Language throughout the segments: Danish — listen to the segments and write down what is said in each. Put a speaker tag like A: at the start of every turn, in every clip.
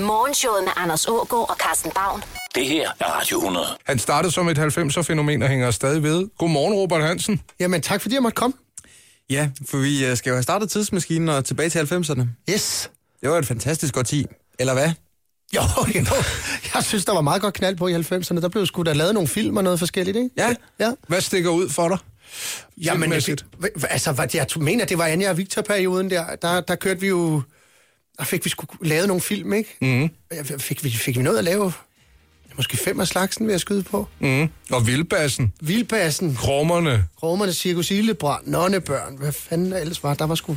A: Morgenshowet med Anders Ågaard og Carsten Baum.
B: Det her er Radio 100.
C: Han startede som et 90'er-fænomen og hænger stadig ved. Godmorgen, Robert Hansen.
D: Jamen, tak fordi jeg måtte komme.
E: Ja, for vi øh, skal jo have startet tidsmaskinen og tilbage til 90'erne.
D: Yes.
E: Det var et fantastisk årti. Eller hvad?
D: Jo, jo. Jeg synes, der var meget godt knald på i 90'erne. Der blev sgu da lavet nogle film og noget forskelligt, ikke?
E: Ja.
D: Ja.
C: Hvad stikker ud for dig?
D: Jamen, jeg,
C: Filmmæssigt.
D: hva- altså, hvad, jeg mener, det var Anja og Victor-perioden der. Der, der kørte vi jo... Der fik vi sgu lavet nogle film, ikke? Mm. Fik vi, fik vi noget at lave? Måske fem af slagsen, vil jeg skyde på. Mm.
C: Og vildbassen,
D: Vildbassen,
C: krummerne.
D: Romerne, Cirkus Ildebrand, Nonnebørn. Hvad fanden der ellers var? Der var sgu,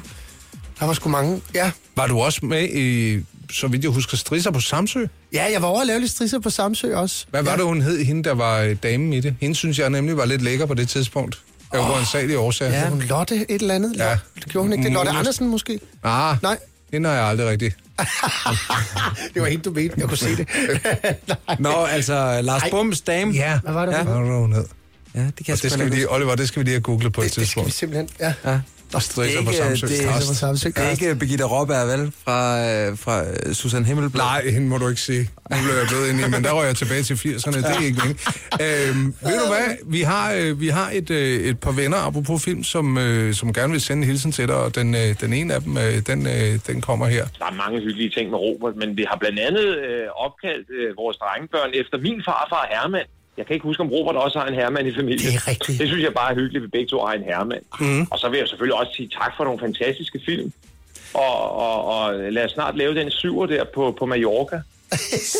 D: der var sgu mange. Ja.
C: Var du også med i, så vidt jeg husker, Strisser på Samsø?
D: ja, jeg var over at lave lidt strisser på Samsø også.
C: Hvad var
D: ja.
C: det, hun hed, hende, der var øh, damen i det? Hende synes jeg nemlig var lidt lækker på det tidspunkt. Jeg var en sag i årsager.
D: Ja. Hun Lotte et eller andet?
C: Ja.
D: Ja. Gjorde hun ikke det? Lotte
C: Muligt.
D: Andersen måske?
C: Ah,
D: Nej.
C: hende har jeg aldrig rigtig.
D: Det var helt du mente. Jeg kunne se det. Nej.
E: Nå, altså Lars Bums dame.
C: Ja,
D: Hvad var det,
C: ja.
D: hun hed?
C: Hvad var hun hed?
E: ja det kan
C: Og
E: jeg
C: det
E: sgu
C: skal vi
E: ikke
C: lige, Oliver, det skal vi lige have googlet på et
D: Det skal vi
C: tidspunkt.
D: simpelthen. Ja.
E: huske. Ja.
C: Og Strisser på
E: Det er ikke,
C: Samsø.
E: øh, det er-
C: Karsten.
D: På Samsø.
E: Det er ikke Birgitte Råberg, vel? Fra, øh, fra øh, Susan Himmelblad.
C: Nej, hende må du ikke sige. Nu blev jeg blevet ind i, men der røg jeg tilbage til 80'erne. Det er ikke meningen. Øhm, ved du hvad? Vi har, øh, vi har et, øh, et par venner, apropos film, som, øh, som gerne vil sende en hilsen til dig, og den, øh, den ene af dem, øh, den, øh, den kommer her.
F: Der er mange hyggelige ting med Robert, men vi har blandt andet øh, opkaldt øh, vores drengebørn efter min farfar Herman. Jeg kan ikke huske, om Robert også har en hermand i familien.
D: Det er rigtigt.
F: Det synes jeg bare er hyggeligt, at vi begge to har en hermand. Mm. Og så vil jeg selvfølgelig også sige tak for nogle fantastiske film. Og, og, og lad os snart lave den syver der på, på Mallorca.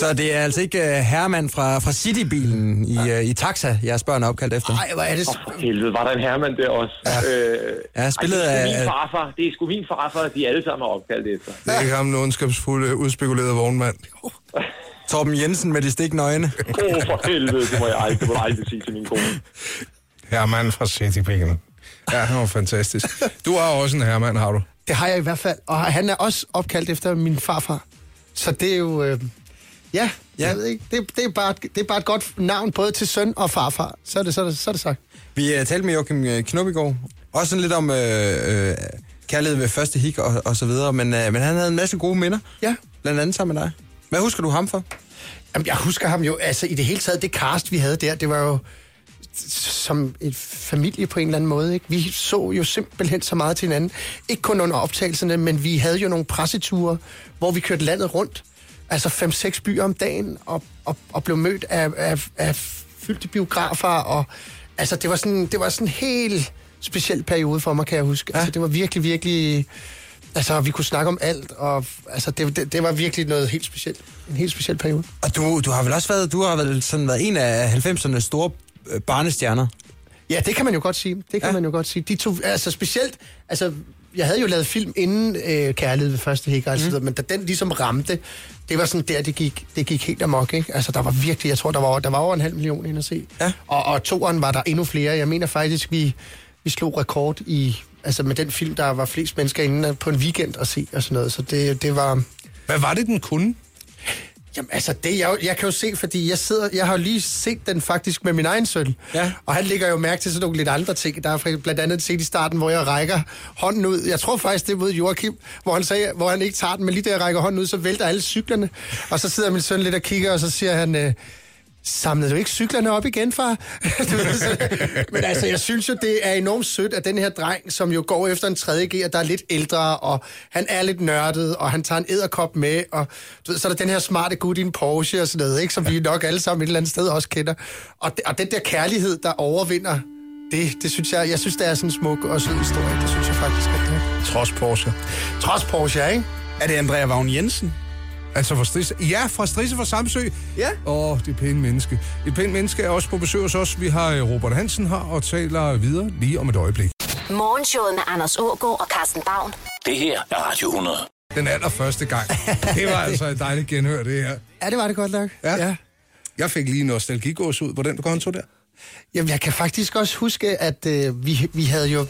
E: Så det er altså ikke øh, Herman fra, fra Citybilen i, øh, i Taxa, jeres børn er opkaldt efter.
D: Ej, hvor er det...
F: Åh, for helvede, var der en hermand der også. Ja, øh,
E: Ja, spillet
F: ej, det er sgu
E: af-
F: min farfar. Det er sgu min farfar, de alle sammen er opkaldt efter.
C: Det er ikke ham, den ondskabsfulde, udspekulerede vognmand.
E: Torben Jensen med de stikkende øjne.
F: Åh, oh, for helvede, det må jeg aldrig, det må jeg aldrig sige til min kone.
C: Herman fra Citypingen. Ja, han var fantastisk. Du har også en Herman, har du?
D: Det har jeg i hvert fald. Og han er også opkaldt efter min farfar. Så det er jo... Øh, ja, ja.
E: Ja.
D: Jeg ved ikke. Det, det, er bare, et- det er bare et godt navn, både til søn og farfar. Så er det, så er det, så er det sagt.
E: Vi øh, talte med Joachim øh, Knop i går. Også sådan lidt om øh, øh, kærlighed ved første hik og, og så videre. Men, øh, men han havde en masse gode minder.
D: Ja.
E: Blandt andet sammen med dig. Hvad husker du ham for?
D: Jamen, jeg husker ham jo, altså i det hele taget, det cast, vi havde der, det var jo s- som en familie på en eller anden måde. Ikke? Vi så jo simpelthen så meget til hinanden. Ikke kun under optagelserne, men vi havde jo nogle presseture, hvor vi kørte landet rundt. Altså 5-6 byer om dagen, og, og, og blev mødt af, af, af fyldte biografer. Og, altså, det var sådan, det var sådan en helt speciel periode for mig, kan jeg huske. Ja. Altså, det var virkelig, virkelig... Altså, vi kunne snakke om alt, og altså, det, det, det var virkelig noget helt specielt. En helt speciel periode.
E: Og du, du har vel også været, du har vel sådan været en af 90'ernes store øh, barnestjerner.
D: Ja, det kan man jo godt sige. Det kan ja. man jo godt sige. De to, altså specielt, altså, jeg havde jo lavet film inden øh, Kærlighed ved første hæk, altså, mm. men da den ligesom ramte, det var sådan der, det gik, det gik helt amok, ikke? Altså, der var virkelig, jeg tror, der var, over- der var over en halv million ind at se.
E: Ja.
D: Og, og toeren var der endnu flere. Jeg mener faktisk, vi, vi slog rekord i, altså med den film, der var flest mennesker inde på en weekend at se og sådan noget. Så det, det var,
C: Hvad var det, den kunne?
D: Jamen altså, det jeg, jo- jeg kan jo se, fordi jeg, sidder, jeg har jo lige set den faktisk med min egen søn.
E: Ja.
D: Og han lægger jo mærke til sådan nogle lidt andre ting. Der er for- blandt andet set i starten, hvor jeg rækker hånden ud. Jeg tror faktisk, det er mod Joachim, hvor han, sagde, hvor han ikke tager den, men lige da jeg rækker hånden ud, så vælter alle cyklerne. Og så sidder min søn lidt og kigger, og så siger han... Øh, Samlede du ikke cyklerne op igen, far? Du ved, så- Men altså, jeg synes jo, det er enormt sødt, at den her dreng, som jo går efter en 3.G, og der er lidt ældre, og han er lidt nørdet, og han tager en æderkop med, og du ved, så er der den her smarte gut i en Porsche og sådan noget, ikke? som vi nok alle sammen et eller andet sted også kender. Og, det, og den der kærlighed, der overvinder, det, det synes jeg, jeg synes, det er sådan en smuk og sød historie. Det synes jeg faktisk, at det er.
C: Trods Porsche.
D: Trods Porsche, ikke?
G: Er det Andrea Vagn Jensen?
C: Altså fra Strisse. Ja, fra Strisse fra Samsø.
G: Ja.
C: Åh, det er pæne menneske. Et pænt menneske er også på besøg hos os. Vi har øh, Robert Hansen her og taler videre lige om et øjeblik.
A: Morgenshowet med Anders Ågaard og Carsten Baum.
B: Det her er Radio 100.
C: Den allerførste gang. Det var altså et dejligt genhør, det her.
D: Ja, det var det godt nok.
C: Ja. Jeg fik lige en nostalgigås ud på den konto der.
D: Jamen, jeg kan faktisk også huske, at øh, vi, vi havde jo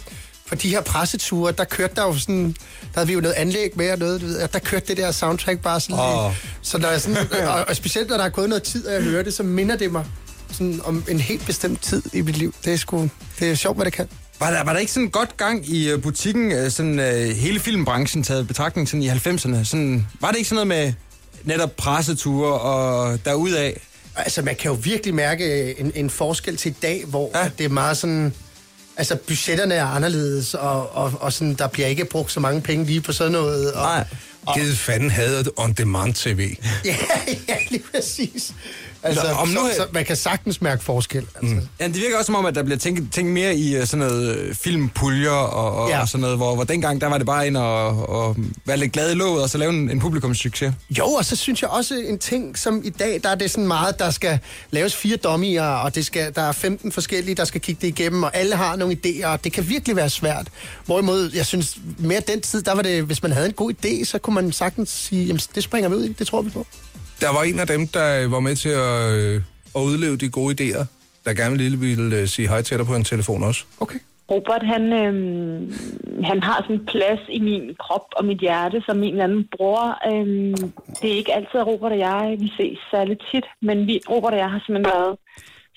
D: på de her presseture, der kørte der jo sådan, der havde vi jo noget anlæg med og noget, du ved, og der kørte det der soundtrack bare sådan.
E: Åh.
D: Oh. Så når jeg sådan, og, og specielt når der er gået noget tid, og jeg hører det, så minder det mig sådan om en helt bestemt tid i mit liv. Det er sgu, det er sjovt, hvad det kan.
E: Var der, var der ikke sådan godt gang i øh, butikken, øh, sådan øh, hele filmbranchen taget i betragtning sådan i 90'erne? Sådan, var det ikke sådan noget med, netop presseture og derudaf.
D: Altså, man kan jo virkelig mærke øh, en, en forskel til i dag, hvor
E: Ja.
D: ja. det er meget sådan... Altså, budgetterne er anderledes, og, og, og sådan, der bliver ikke brugt så mange penge lige på sådan noget. Og,
E: Nej.
C: Givet fanden havde det on-demand-tv.
D: Ja, ja, lige præcis. Altså,
E: Nå,
D: Nå,
E: om
D: om så,
E: nu-
D: så, man kan sagtens mærke forskel. Altså. Mm.
E: Ja, det virker også som om, at der bliver tænkt, tænkt mere i øh, sådan noget øh, filmpuljer og, og, ja.
D: Ja.
E: og sådan noget, hvor, hvor dengang der var det bare ind og, og være lidt glad i låget og så lave en, en publikumssucces.
D: Jo, og så synes jeg også en ting, som i dag, der er det sådan meget, der skal laves fire dommier, og det skal, der er 15 forskellige, der skal kigge det igennem, og alle har nogle idéer, og det kan virkelig være svært. Hvorimod, jeg synes, mere den tid, der var det, hvis man havde en god idé, så kunne man sagtens sige, jamen det springer vi ud i, det tror vi på.
C: Der var en af dem, der var med til at, øh, at udleve de gode idéer, der gerne ville, ville øh, sige hej til dig på en telefon også.
D: Okay.
G: Robert, han, øhm, han har sådan en plads i min krop og mit hjerte, som en eller anden bror. Øhm, det er ikke altid, at Robert og jeg øh, vi ses særlig tit, men vi, Robert og jeg har simpelthen været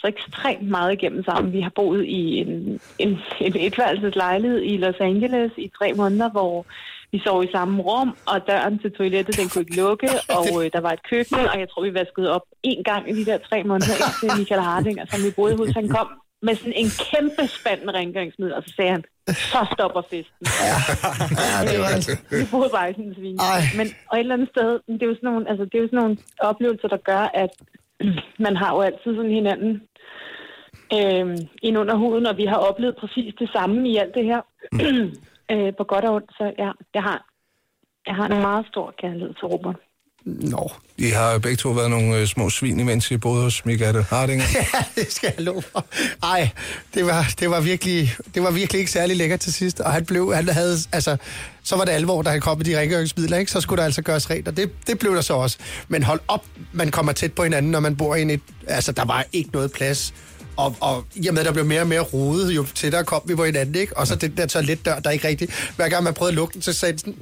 G: så ekstremt meget igennem sammen. Vi har boet i en, en, en etværelseslejlighed i Los Angeles i tre måneder, hvor vi sov i samme rum, og døren til toilettet, den kunne ikke lukke, og øh, der var et køkken, og jeg tror, vi vaskede op en gang i de der tre måneder, indtil Michael Hardinger, som vi boede hos, han kom med sådan en kæmpe spand med rengøringsmiddel, og så sagde han, så stopper festen. Øh,
D: Ja, det var altså...
G: Vi boede bare i sådan en svin.
D: Ej.
G: Men og et eller andet sted, det er jo sådan nogle, altså, det er jo sådan nogle oplevelser, der gør, at man har jo altid sådan hinanden øh, ind under huden, og vi har oplevet præcis det samme i alt det her.
D: Mm.
G: øh, på godt og ondt, så ja, jeg har, jeg har en meget stor kærlighed til Robert.
D: Nå,
C: I har begge to været nogle øh, små svin, imens I boede hos Michael Hardinger.
D: Ja, det skal jeg love for. Ej, det var, det, var virkelig, det var virkelig ikke særlig lækkert til sidst. Og han blev, han havde, altså, så var det alvor, da han kom med de rengøringsmidler, ikke? Så skulle der altså gøres rent, og det, det blev der så også. Men hold op, man kommer tæt på hinanden, når man bor i en et, altså, der var ikke noget plads. Og, og i og med, at der blev mere og mere rodet, jo tættere kom vi på hinanden, ikke? Og så den der toiletdør, der ikke rigtig... Hver gang man prøvede at lukke den, så sagde den sådan...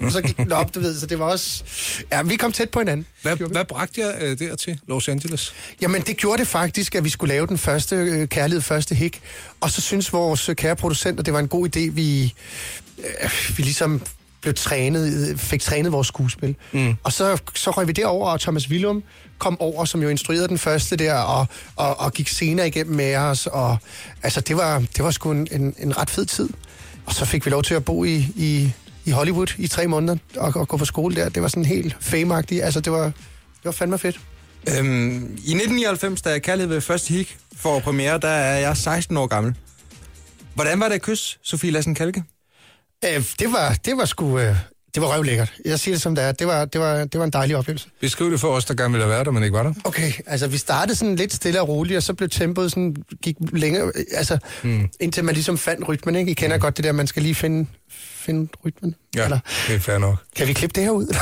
D: "Nye", Så gik den op, du ved, så det var også... Ja, vi kom tæt på hinanden.
C: Hvad, hvad bragte jeg øh, dertil, Los Angeles?
D: Jamen, det gjorde det faktisk, at vi skulle lave den første øh, kærlighed, første hik. Og så synes vores øh, kære producenter, det var en god idé, vi, øh, vi ligesom blev trænet, øh, fik trænet vores skuespil. Mm. Og så, så røg vi derover, og Thomas Willum kom over, som jo instruerede den første der, og, og, og gik senere igennem med os. Og, altså, det var, det var sgu en, en, en ret fed tid. Og så fik vi lov til at bo i, i, i Hollywood i tre måneder, og, og gå på skole der. Det var sådan helt fameagtigt. Altså, det var, det var fandme fedt.
E: Øhm, I 1999, da Kærlighed ved første hik for premiere, der er jeg 16 år gammel. Hvordan var det at kysse Sofie Lassen-Kalke?
D: Øh, det var, det var sgu... Øh, det var røvlækkert. Jeg siger det som det er. Det var, det var, det var en dejlig oplevelse.
C: Beskriv det for os, der gerne ville have været der, men ikke var der.
D: Okay, altså vi startede sådan lidt stille og roligt, og så blev tempoet sådan, gik længere, øh, altså mm. indtil man ligesom fandt rytmen, ikke? I kender mm. godt det der, man skal lige finde, finde rytmen.
C: Ja, det er fair nok.
D: kan vi klippe det her ud?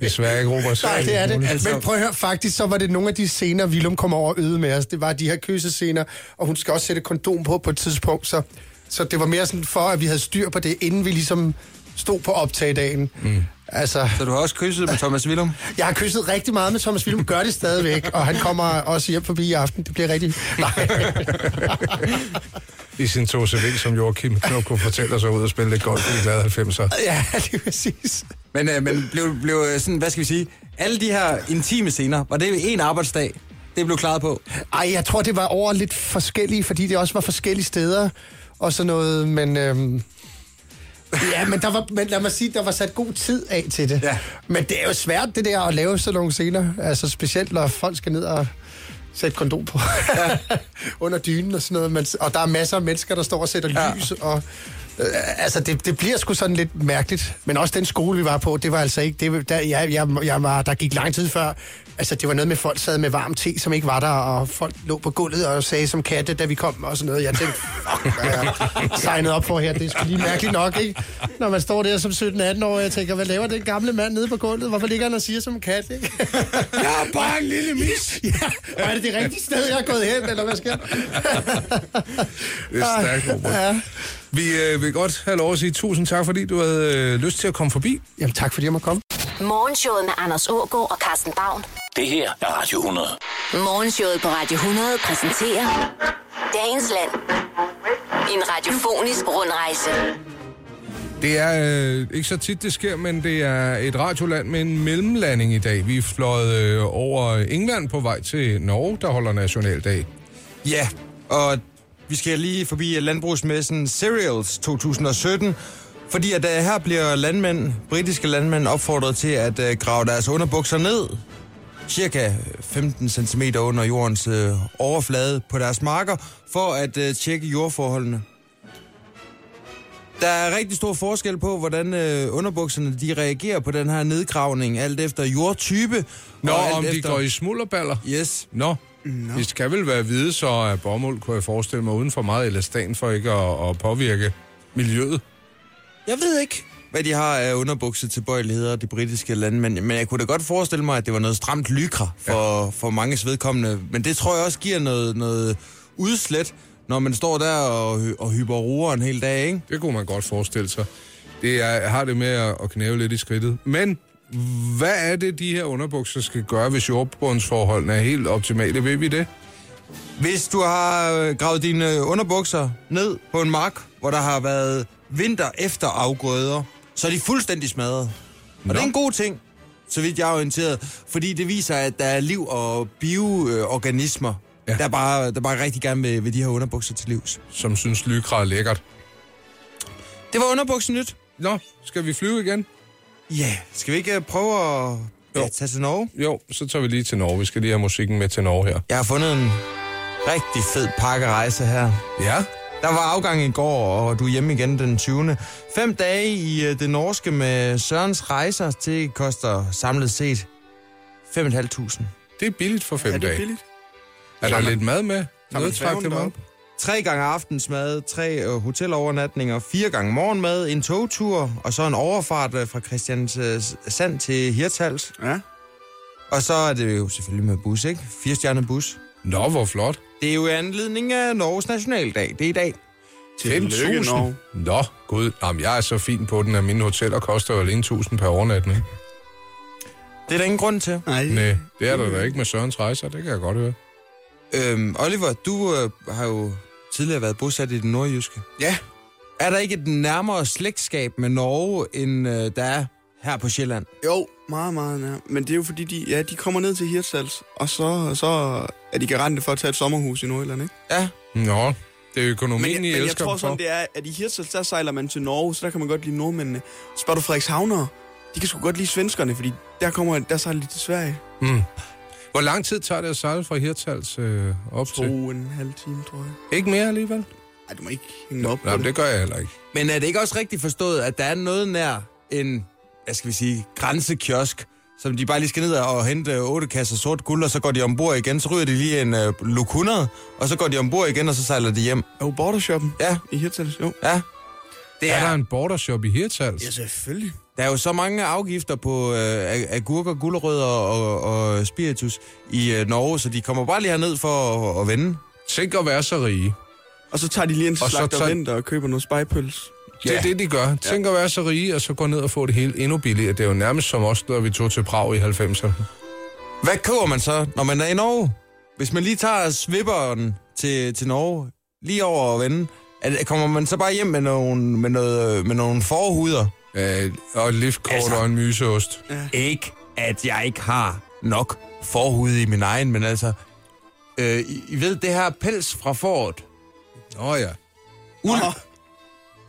C: Desværre ikke, Robert.
D: Nej, det er det.
E: Altså-
D: Men prøv at høre, faktisk så var det nogle af de scener, Willum kom over og øde med os. Det var de her kyssescener, og hun skal også sætte kondom på på et tidspunkt. Så, så det var mere sådan for, at vi havde styr på det, inden vi ligesom stod på optagedagen. Mm. Altså,
E: Så du har også kysset med Thomas Willum?
D: Jeg har kysset rigtig meget med Thomas Willum, gør det stadigvæk, og han kommer også hjem forbi i aften. Det bliver rigtig... Nej.
C: I sin to CV, som Joachim Knop kunne fortælle os at ud og spille lidt golf i de glade 90'er.
D: Ja, det er præcis.
E: Men, øh, men blev, blev øh, sådan, hvad skal vi sige, alle de her intime scener, var det en arbejdsdag, det blev klaret på?
D: Ej, jeg tror, det var over lidt forskellige, fordi det også var forskellige steder og sådan noget, men... Øhm... Ja, men, der var, men lad mig sige, der var sat god tid af til det.
E: Ja.
D: Men det er jo svært, det der at lave sådan nogle scener. Altså specielt, når folk skal ned og sætte kondom på under dynen og sådan noget. Men, og der er masser af mennesker, der står og sætter
E: Ja.
D: ja. lys. Og, øh, altså, det, det bliver sgu sådan lidt mærkeligt. Men også den skole, vi var på, det var altså ikke... Det, der, jeg, jeg, jeg var, der gik lang tid før. Altså, det var noget med, folk sad med varm te, som ikke var der, og folk lå på gulvet og sagde som katte, da vi kom og sådan noget. Jeg tænkte, fuck, hvad er jeg signet op for her? Det er sgu lige mærkeligt nok, ikke? Når man står der som 17-18 år, jeg tænker, hvad laver den gamle mand nede på gulvet? Hvorfor ligger han og siger som en kat, ikke?
C: Jeg er bare en lille mis.
D: Og er det det rigtige sted, jeg er gået hen, eller hvad sker?
C: Det er stærkt, Robert.
D: Ja.
C: Vi øh, vil godt have lov at sige tusind tak, fordi du havde øh, lyst til at komme forbi.
D: Jamen tak, fordi jeg måtte komme.
A: Morgenshowet med Anders Ågaard og Carsten Baum.
B: Det her er Radio 100.
A: Morgenshowet på Radio 100 præsenterer Dagens Land. En radiofonisk rundrejse.
C: Det er øh, ikke så tit, det sker, men det er et radioland med en mellemlanding i dag. Vi er fløjet øh, over England på vej til Norge, der holder nationaldag.
E: Ja, og vi skal lige forbi landbrugsmessen Cereals 2017, fordi at øh, her bliver landmænd, britiske landmænd opfordret til at øh, grave deres underbukser ned, cirka 15 cm under jordens øh, overflade på deres marker, for at øh, tjekke jordforholdene. Der er rigtig stor forskel på, hvordan øh, underbukserne de reagerer på den her nedgravning, alt efter jordtype.
C: Nå,
E: og alt
C: om de går i smulderballer?
E: Yes.
C: Nå. Nå. De skal vel være hvide, så er bomuld, kunne jeg forestille mig, uden for meget elastan for ikke at, at påvirke miljøet.
E: Jeg ved ikke, hvad de har af underbukser til bøjeligheder, de britiske landmænd. Men jeg kunne da godt forestille mig, at det var noget stramt lykra for, ja. for manges vedkommende. Men det tror jeg også giver noget, noget udslet, når man står der og, hy- og hyper roer en hel dag, ikke?
C: Det kunne man godt forestille sig. Det er, har det med at, at knæve lidt i skridtet. Men hvad er det, de her underbukser skal gøre, hvis jordbundsforholdene er helt optimale? Ved vi det?
E: Hvis du har øh, gravet dine øh, underbukser ned på en mark, hvor der har været vinter efter afgrøder, så er de fuldstændig smadret. Og det er en god ting, så vidt jeg er orienteret, fordi det viser, at der er liv og bioorganismer,
C: Ja.
E: ja. der, bare, der bare rigtig gerne vil, vil de her underbukser til livs.
C: Som synes, lykra er lækkert.
E: Det var underbukser nyt.
C: Nå, skal vi flyve igen?
E: Ja, yeah. skal vi ikke øh, prøve at ja, tage til Norge?
C: Jo, så tager vi lige til Norge. Vi skal lige have musikken med til Norge her.
E: Jeg har fundet en rigtig fed pakkerejse her.
C: Ja.
E: Der var afgang i går, og du er hjemme igen den 20. Fem dage i øh, det norske med Sørens rejser, det koster samlet set 5.500.
C: Det er billigt for fem dage. Er det billigt? Er der lidt mad med? Noget træk til mad?
E: Tre gange aftensmad, tre øh, hotelovernatninger, fire gange morgenmad, en togtur, og så en overfart øh, fra Christiansand til Hirtals.
H: Ja.
E: Og så er det jo selvfølgelig med bus, ikke? Firestjernet bus.
C: Nå, hvor flot.
E: Det er jo i anledning af Norges nationaldag. Det er i dag.
C: 5.000?
H: Norge.
C: Nå, gud. Jamen, jeg er så fin på den, at mine hoteller koster jo alene 1.000 per overnatning.
E: Det er der ingen grund til.
H: Nej.
C: Nej, det er der da ikke med Sørens rejser, det kan jeg godt høre.
E: Øhm, Oliver, du øh, har jo tidligere været bosat i den nordjyske.
H: Ja.
E: Er der ikke et nærmere slægtskab med Norge, end øh, der er her på Sjælland?
H: Jo, meget, meget nær. Men det er jo fordi, de, ja, de kommer ned til Hirtshals, og så, så er de garante for at tage et sommerhus i Nordjylland, ikke?
E: Ja.
C: Nå, det er økonomien,
H: Men, jeg,
C: I
H: men jeg
C: elsker
H: tror
C: dem
H: sådan,
C: for.
H: det er, at i Hirtshals, der sejler man til Norge, så der kan man godt lide nordmændene. Spørger du Frederikshavnere, de kan sgu godt lide svenskerne, fordi der, kommer, der sejler de til Sverige.
C: Hvor lang tid tager det at sejle fra Hirtals øh, op
H: To
C: til?
H: og en halv time, tror jeg.
C: Ikke mere alligevel?
H: Ej, du må ikke hænge mig op på
C: Nej,
H: det.
C: det gør jeg heller ikke.
E: Men er det ikke også rigtigt forstået, at der er noget nær en, hvad skal vi sige, grænsekiosk, som de bare lige skal ned og hente øh, otte kasser sort guld, og så går de ombord igen, så ryger de lige en øh, luk 100, og så går de ombord igen, og så sejler de hjem.
H: Jo, bordershoppen
E: Ja,
H: i Hirtshals, jo.
E: ja. Det
C: Er
E: er,
C: der en bordershop i Hirtals? Yes.
H: selvfølgelig.
E: Der er jo så mange afgifter på øh, ag- agurker, gulerødder og, og spiritus i øh, Norge, så de kommer bare lige herned for at, at vende.
C: Tænk at være så rige.
H: Og så tager de lige ind til
C: Og så
H: slagter
C: tager-
H: vinter og køber noget spejpøls.
C: Ja. Det er det, de gør. Tænk at være så rige, og så gå ned og få det hele endnu billigere. Det er jo nærmest som os, når vi tog til Prag i 90'erne.
E: Hvad køber man så, når man er i Norge? Hvis man lige tager svipperen til, til Norge, lige over og vende, er, det- kommer man så bare hjem med nogle, med noget, øh, med nogle forhuder?
C: Øh, og et liftkort altså.
E: Altså.
C: og en myseost.
E: Ikke, at jeg ikke har nok forhud i min egen, men altså... Øh, I, I ved, det her pels fra fåret.
C: Nå ja.
E: Uld.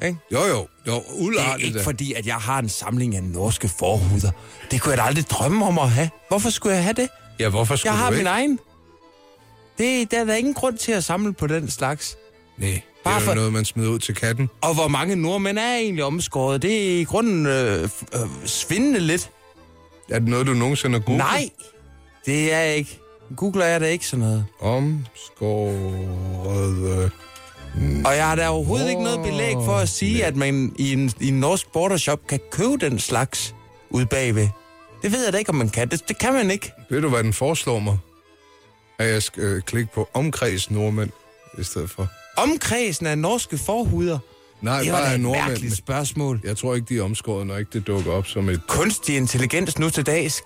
C: Jo jo, jo
E: Det er
C: ulartet.
E: ikke
C: da.
E: fordi, at jeg har en samling af norske forhuder. Det kunne jeg da aldrig drømme om at have. Hvorfor skulle jeg have det?
C: Ja, hvorfor skulle
E: Jeg har
C: du
E: min
C: ikke?
E: egen. Det, der er da ingen grund til at samle på den slags.
C: Nej, det
E: Bare
C: er jo
E: for-
C: noget, man smider ud til katten.
E: Og hvor mange nordmænd er egentlig omskåret? Det er i grunden øh, f- øh, svindende lidt.
C: Er det noget, du nogensinde har googlet?
E: Nej, det er jeg ikke. Googler jeg da ikke sådan noget.
C: Omskåret...
E: Og jeg har da overhovedet ikke noget belæg for at sige, at man i en, i en norsk bordershop kan købe den slags ude bagved. Det ved jeg da ikke, om man kan. Det, det kan man ikke.
C: Ved du, hvad den foreslår mig? At jeg skal øh, klikke på omkreds nordmænd i stedet for.
E: Omkredsen af norske forhuder.
C: Nej,
E: Det var da
C: bare
E: et
C: nordmænd.
E: mærkeligt spørgsmål.
C: Jeg tror ikke, de er omskåret, når ikke det dukker op som et...
E: Kunstig intelligens nu til dags.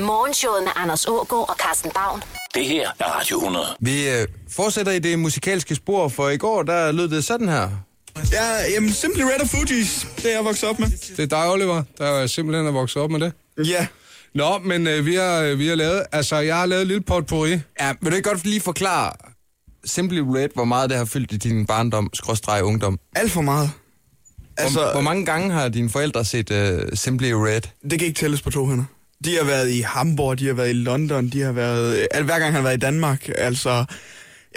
A: Morgenshowet med Anders Ågaard og Carsten Baum.
B: Det her er Radio 100.
E: Vi øh, fortsætter i det musikalske spor, for i går der lød det sådan her.
H: Ja, jamen, Simply Red og Fugees, det er jeg vokset op med.
C: Det er dig, Oliver, der er simpelthen er vokset op med det.
H: Ja.
C: Nå, men øh, vi, har, øh, vi har lavet... Altså, jeg har lavet et lille potpourri.
E: Ja, vil du ikke godt lige forklare Simply Red, hvor meget det har fyldt i din barndom, skråstreg ungdom?
H: Alt for meget.
E: Altså, hvor,
H: Altså,
E: hvor mange gange har dine forældre set uh, Simply Red?
H: det kan ikke tælles på to hænder. De har været i Hamburg, de har været i London, de har været... Al, hver gang han har været i Danmark, altså...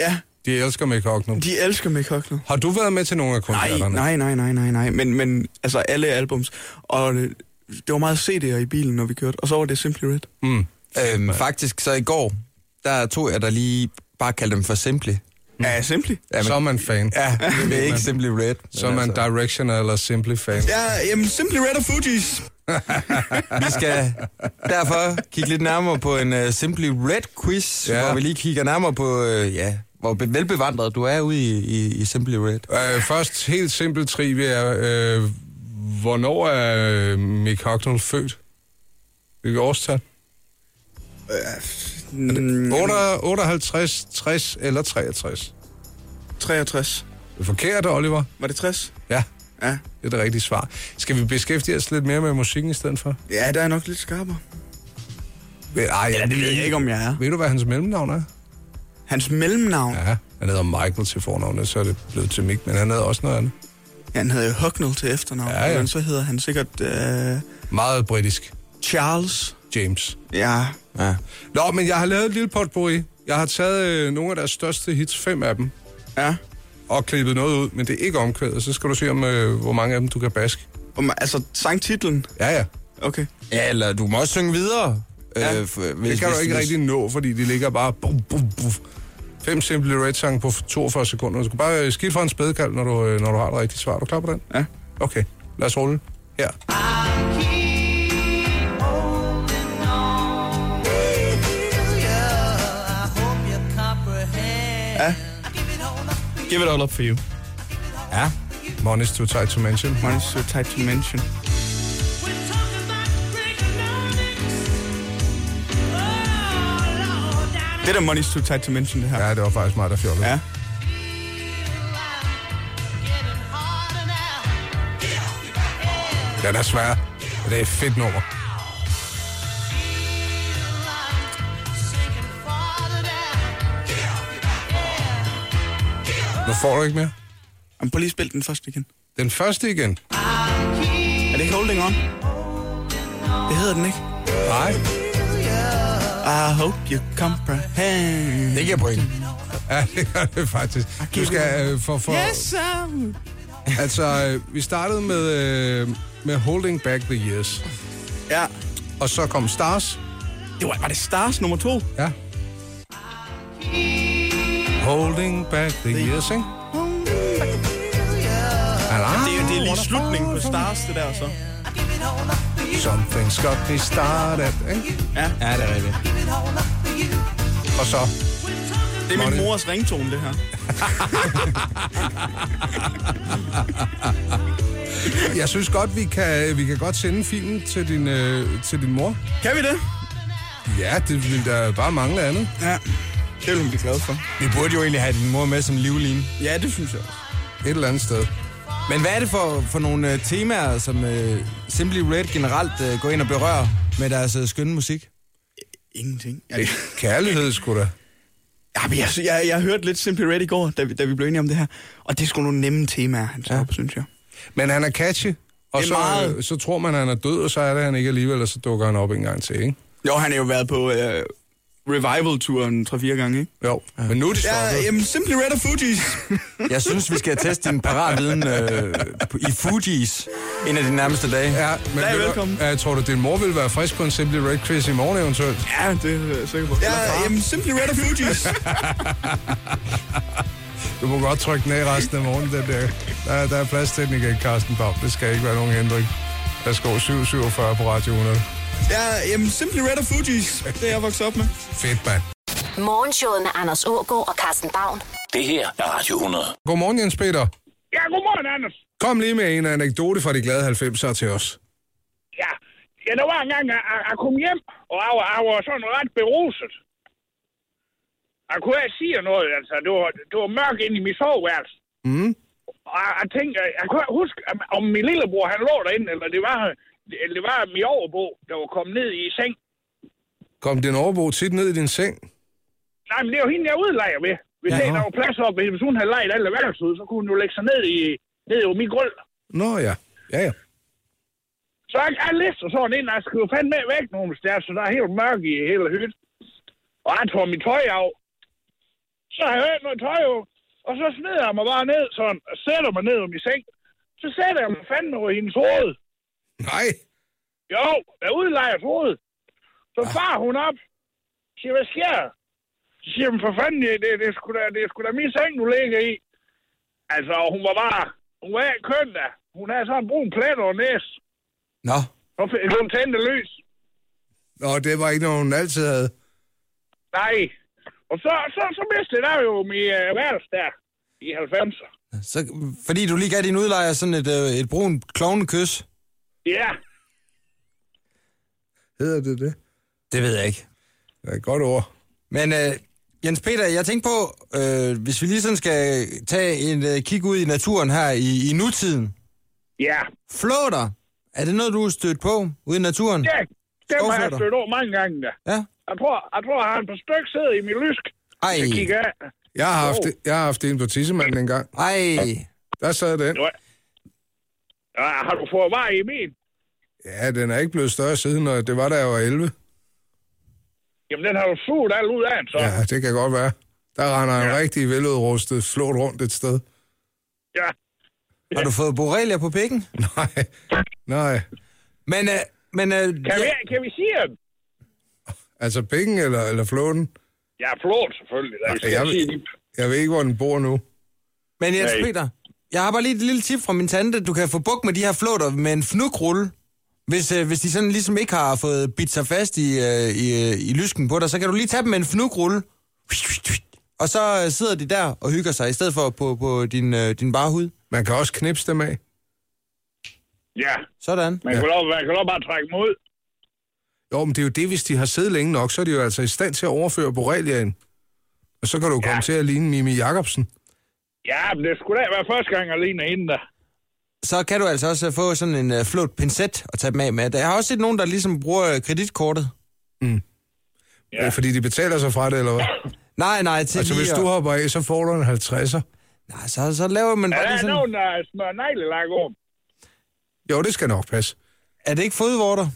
H: Ja,
C: De elsker Mick Hocknum.
H: de elsker Mick Hockney.
C: Har du været med til nogle af
H: Nej,
C: koncerterne?
H: nej, nej, nej, nej, nej. Men, men altså alle albums. Og øh, det var meget CD'er i bilen, når vi kørte. Og så var det Simply Red.
C: Mm.
E: Øhm, faktisk, så i går, der tog jeg der lige bare kaldte dem for Simply.
H: Ja, Simply.
E: men-
C: Så er man fan.
E: Ja, altså. det er ikke Simply Red.
C: Så er man Directioner eller Simply fan.
H: Ja, jamen Simply Red og Fugees.
E: Vi skal derfor kigge lidt nærmere på en uh, Simply Red quiz,
C: Ja.
E: ja. hvor vi lige kigger nærmere på, uh, ja, hvor be- velbevandret du er ude i, i, i Simply Red.
C: Øh, først helt simpelt trivia. Øh, hvornår er øh, Mick Hocknum født? Hvilket årstal?
H: Mm,
C: 8, 58, 60 eller 63?
H: 63.
C: Det er forkert, Oliver.
H: Var det 60?
C: Ja,
H: Ja.
C: det er det rigtige svar. Skal vi beskæftige os lidt mere med musikken i stedet for?
H: Ja, der er jeg nok lidt skarpere.
C: Ej, ja,
H: Det ved jeg ikke, om jeg er.
C: Ved du, hvad hans mellemnavn er?
H: Hans mellemnavn, ja.
C: Ja, han hedder Michael til fornavnet, så er det blevet til Mick, men han havde også noget andet.
H: han hedder jo Hucknall til efternavn.
C: Ja, ja.
H: Men så hedder han sikkert øh,
C: Meget britisk.
H: Charles.
C: James.
H: Ja,
E: Ja.
C: Nå, men jeg har lavet et lille potpourri. Jeg har taget øh, nogle af deres største hits, fem af dem,
H: ja.
C: og klippet noget ud, men det er ikke omkvædet. Så skal du se, om øh, hvor mange af dem du kan baske.
H: Om, altså, sangtitlen.
C: Ja, ja.
H: Okay.
E: ja, eller du må også synge videre. Ja. Øh, f- hvis,
C: Det kan du ikke rigtig nå, fordi de ligger bare... Bum, bum, bum. Fem simple red sang på 42 sekunder. Du skal bare øh, skille fra en spædkald, når du, øh, når du har det rigtige svar. Er du klar på den?
H: Ja.
C: Okay, lad os rulle. Her.
H: Give it all up for you.
E: Ja.
C: Money's too tight to mention.
H: Money so tight to mention. Det der Money's Too Tight to Mention, det her.
C: Ja, det var faktisk mig, der fjollede.
H: ja.
C: Den er svær. og Det er et fedt nummer. Nu får du ikke mere.
H: Jamen, prøv lige at spille den først igen.
C: Den første igen.
H: Er det ikke Holding On? Det hedder den ikke.
C: Nej.
H: I hope you comprehend.
E: Det giver point.
C: Ja, det gør det faktisk. Du skal øh, for... for
H: Yes, um.
C: Altså, øh, vi startede med, øh, med Holding Back the Years.
H: Ja.
C: Og så kom Stars.
H: Det var, var det Stars nummer to?
C: Ja. Holding Back the Years, ikke? Ah. Alarm.
H: Det er, det er lige slutningen på Stars, det der så.
C: Something's got me started, ikke?
E: Ja, det er rigtigt.
C: Og så...
H: Det er min mors ringtone, det her.
C: Jeg synes godt, vi kan, vi kan godt sende filmen til din, øh, til din mor.
H: Kan vi det?
C: Ja, det vil da bare mangle andet.
H: Ja. Det vil hun blive glad for.
E: Vi burde jo egentlig have din mor med som livline.
H: Ja, det synes jeg også.
C: Et eller andet sted.
E: Men hvad er det for, for nogle uh, temaer, som uh, Simply Red generelt uh, går ind og berører med deres uh, skønne musik?
H: Ingenting. Ja,
C: Det er Eh, kærlighed, sgu da.
H: Ja, men jeg, jeg, jeg hørte lidt Simply Red i går, da vi, da vi blev enige om det her. Og det er sgu nogle nemme temaer, han tager ja. op, synes jeg.
C: Men han er catchy. Og
H: Det
C: så,
H: er meget.
C: øh, så tror man, han er død, og så er det han ikke alligevel, og så dukker han op en gang til, ikke?
H: Jo, han har jo været på øh, Revival-turen 3-4 gange, ikke?
C: Jo, ja. men nu er de stoppet.
H: jamen Simply Red og Fugees.
E: Jeg synes, vi skal teste din paratviden uh, i Fugees en af de nærmeste dage.
C: Ja, men
H: Der er
C: ved du-
H: velkommen.
C: Ja, jeg tror du, din mor ville være frisk på en Simply Red Quiz i morgen eventuelt?
H: ja, det er jeg sikker på. Ja, jamen Simply Red og Fugees.
C: Du må godt trykke den af resten af morgenen, den der. Der, der er plads til den igen, Carsten Baum. Det skal ikke være nogen ændring. Værsgo, 747 på Radio 100.
H: ja, jamen Simply Red og Fugees. Det er jeg vokset op med.
C: Fedt, mand.
A: Morgenshowet med Anders Ågaard og Carsten Baum.
B: Det her er Radio 100.
C: Godmorgen, Jens Peter.
I: Ja, godmorgen, Anders.
C: Kom lige med en anekdote fra de glade 90'ere til os.
I: Ja, ja der var en gang, jeg, jeg- jeg kom hjem, og jeg, var- jeg var sådan ret beruset. Jeg kunne ikke sige noget, altså. Det var, det var mørkt inde i mit soveværelse. Mm.
H: Og jeg, jeg tænkte, jeg, jeg kunne ikke huske, om- om min lillebror, han lå derinde, eller det var, eller det var min overbo, der var kommet ned i seng.
C: Kom din overbo tit ned i din seng?
H: Nej, men det er jo hende, jeg udlejer ved. Hvis
E: Jaha.
H: ja. der var plads op, hvis hun havde lejet alle værelser ud, så kunne hun jo lægge sig ned i, ned i min gulv.
C: Nå ja, ja ja.
H: Så jeg, jeg lister sådan ind, og jeg skal jo fandme væk nogen steder, så der er helt mørkt i hele hytten. Og jeg tog mit tøj af. Så har jeg hørt noget tøj af, og så smider jeg mig bare ned, sådan, og sætter mig ned om i seng. Så sætter jeg mig fandme over hendes hoved.
C: Nej,
H: Jo, jeg udlejer hoved. Så far hun op. Siger, hvad sker der? Så siger hun, for fanden, det, det, det, er sgu da, det er sgu da min seng, du ligger i. Altså, og hun var bare, hun var ikke køn da. Hun havde sådan en brun plet over næs.
E: Nå.
H: Og f- hun tændte lys.
C: Nå, det var ikke noget, hun altid havde.
H: Nej. Og så, så, så mistede jeg jo min øh, værelse der i 90'er.
E: Så, fordi du lige gav din udlejer sådan et, øh, et brun klovnekys.
H: Ja,
C: Hedder det det?
E: Det ved jeg ikke.
C: Det er et godt ord.
E: Men øh, Jens Peter, jeg tænkte på, øh, hvis vi lige sådan skal tage en øh, kig ud i naturen her i, i nutiden.
H: ja.
E: Flåter, er det noget, du er stødt på ude i naturen?
H: Det, det har jeg
E: Skovfløjter.
H: stødt over mange gange da.
E: Ja.
H: Jeg tror, jeg, tror, jeg har et par stykker siddet i min lysk.
E: Ej,
H: Jeg kigger af.
C: Jeg har haft, jeg har haft en på tissemanden engang.
E: ej.
C: Der sad den.
H: Nu er- Ja, har du fået vej i min?
C: Ja, den er ikke blevet større siden, og det var da jeg var 11.
H: Jamen, den har du suget alt ud af, så. Ja.
C: Ja, det kan godt være. Der render en rigtig veludrustet flot rundt et sted.
H: ja.
E: Har du fået borrelia på pikken?
C: Nej, nej.
E: Men, øh, men øh,
H: Kan,
E: ja,
H: vi, kan vi sige dem?
C: Altså penge eller, eller flåten?
H: Ja, flot selvfølgelig. Da. Vi skal
C: jeg vil-
H: sige dem.
C: Jeg ved ikke, hvor den bor nu.
E: men Jens
H: Nej.
E: Peter, jeg har bare lige et lille tip fra min tante. Du kan få bukt med de her flåter med en fnugrulle. Hvis, øh, hvis de sådan ligesom ikke har fået bidt sig fast i, øh, i, øh, i lysken på dig, så kan du lige tage dem med en fnugrulle. Og så øh, sidder de der og hygger sig, i stedet for på, på din, øh, din bare hud.
C: Man kan også knipse dem af.
H: Ja,
E: Sådan.
H: man, ja. Kan lov, man kan lov bare trække dem ud.
C: Jo, men det er jo det, hvis de har siddet længe nok, så er de jo altså i stand til at overføre borreliaen. Og så kan du komme ja. til at ligne Mimi Jacobsen.
H: Ja, men det skulle da være første gang, jeg ligner hende der.
E: Så kan du altså også øh, få sådan en øh, flot pincet og tage dem af med. Jeg har også set nogen, der ligesom bruger øh, kreditkortet.
C: Ja. Fordi de betaler sig fra det, eller hvad?
E: Nej, nej, til
C: Altså,
E: lige
C: hvis
E: at-
C: du hopper af, så får du en 50'er.
E: Nej, så, så laver man
H: Er
E: bare
H: der
E: lige
H: sådan...
E: sådan...
H: nogen, der smører neglelak om?
C: Jo, det skal nok passe.
E: Er det ikke fodvorter?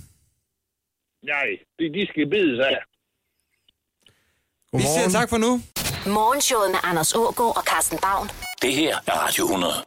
H: Nej, de, de skal bides af.
E: Vi siger
C: Godmorgen.
E: tak for nu.
A: Morgenshowet med Anders Ågaard og Carsten Baum.
B: Det her er Radio 100.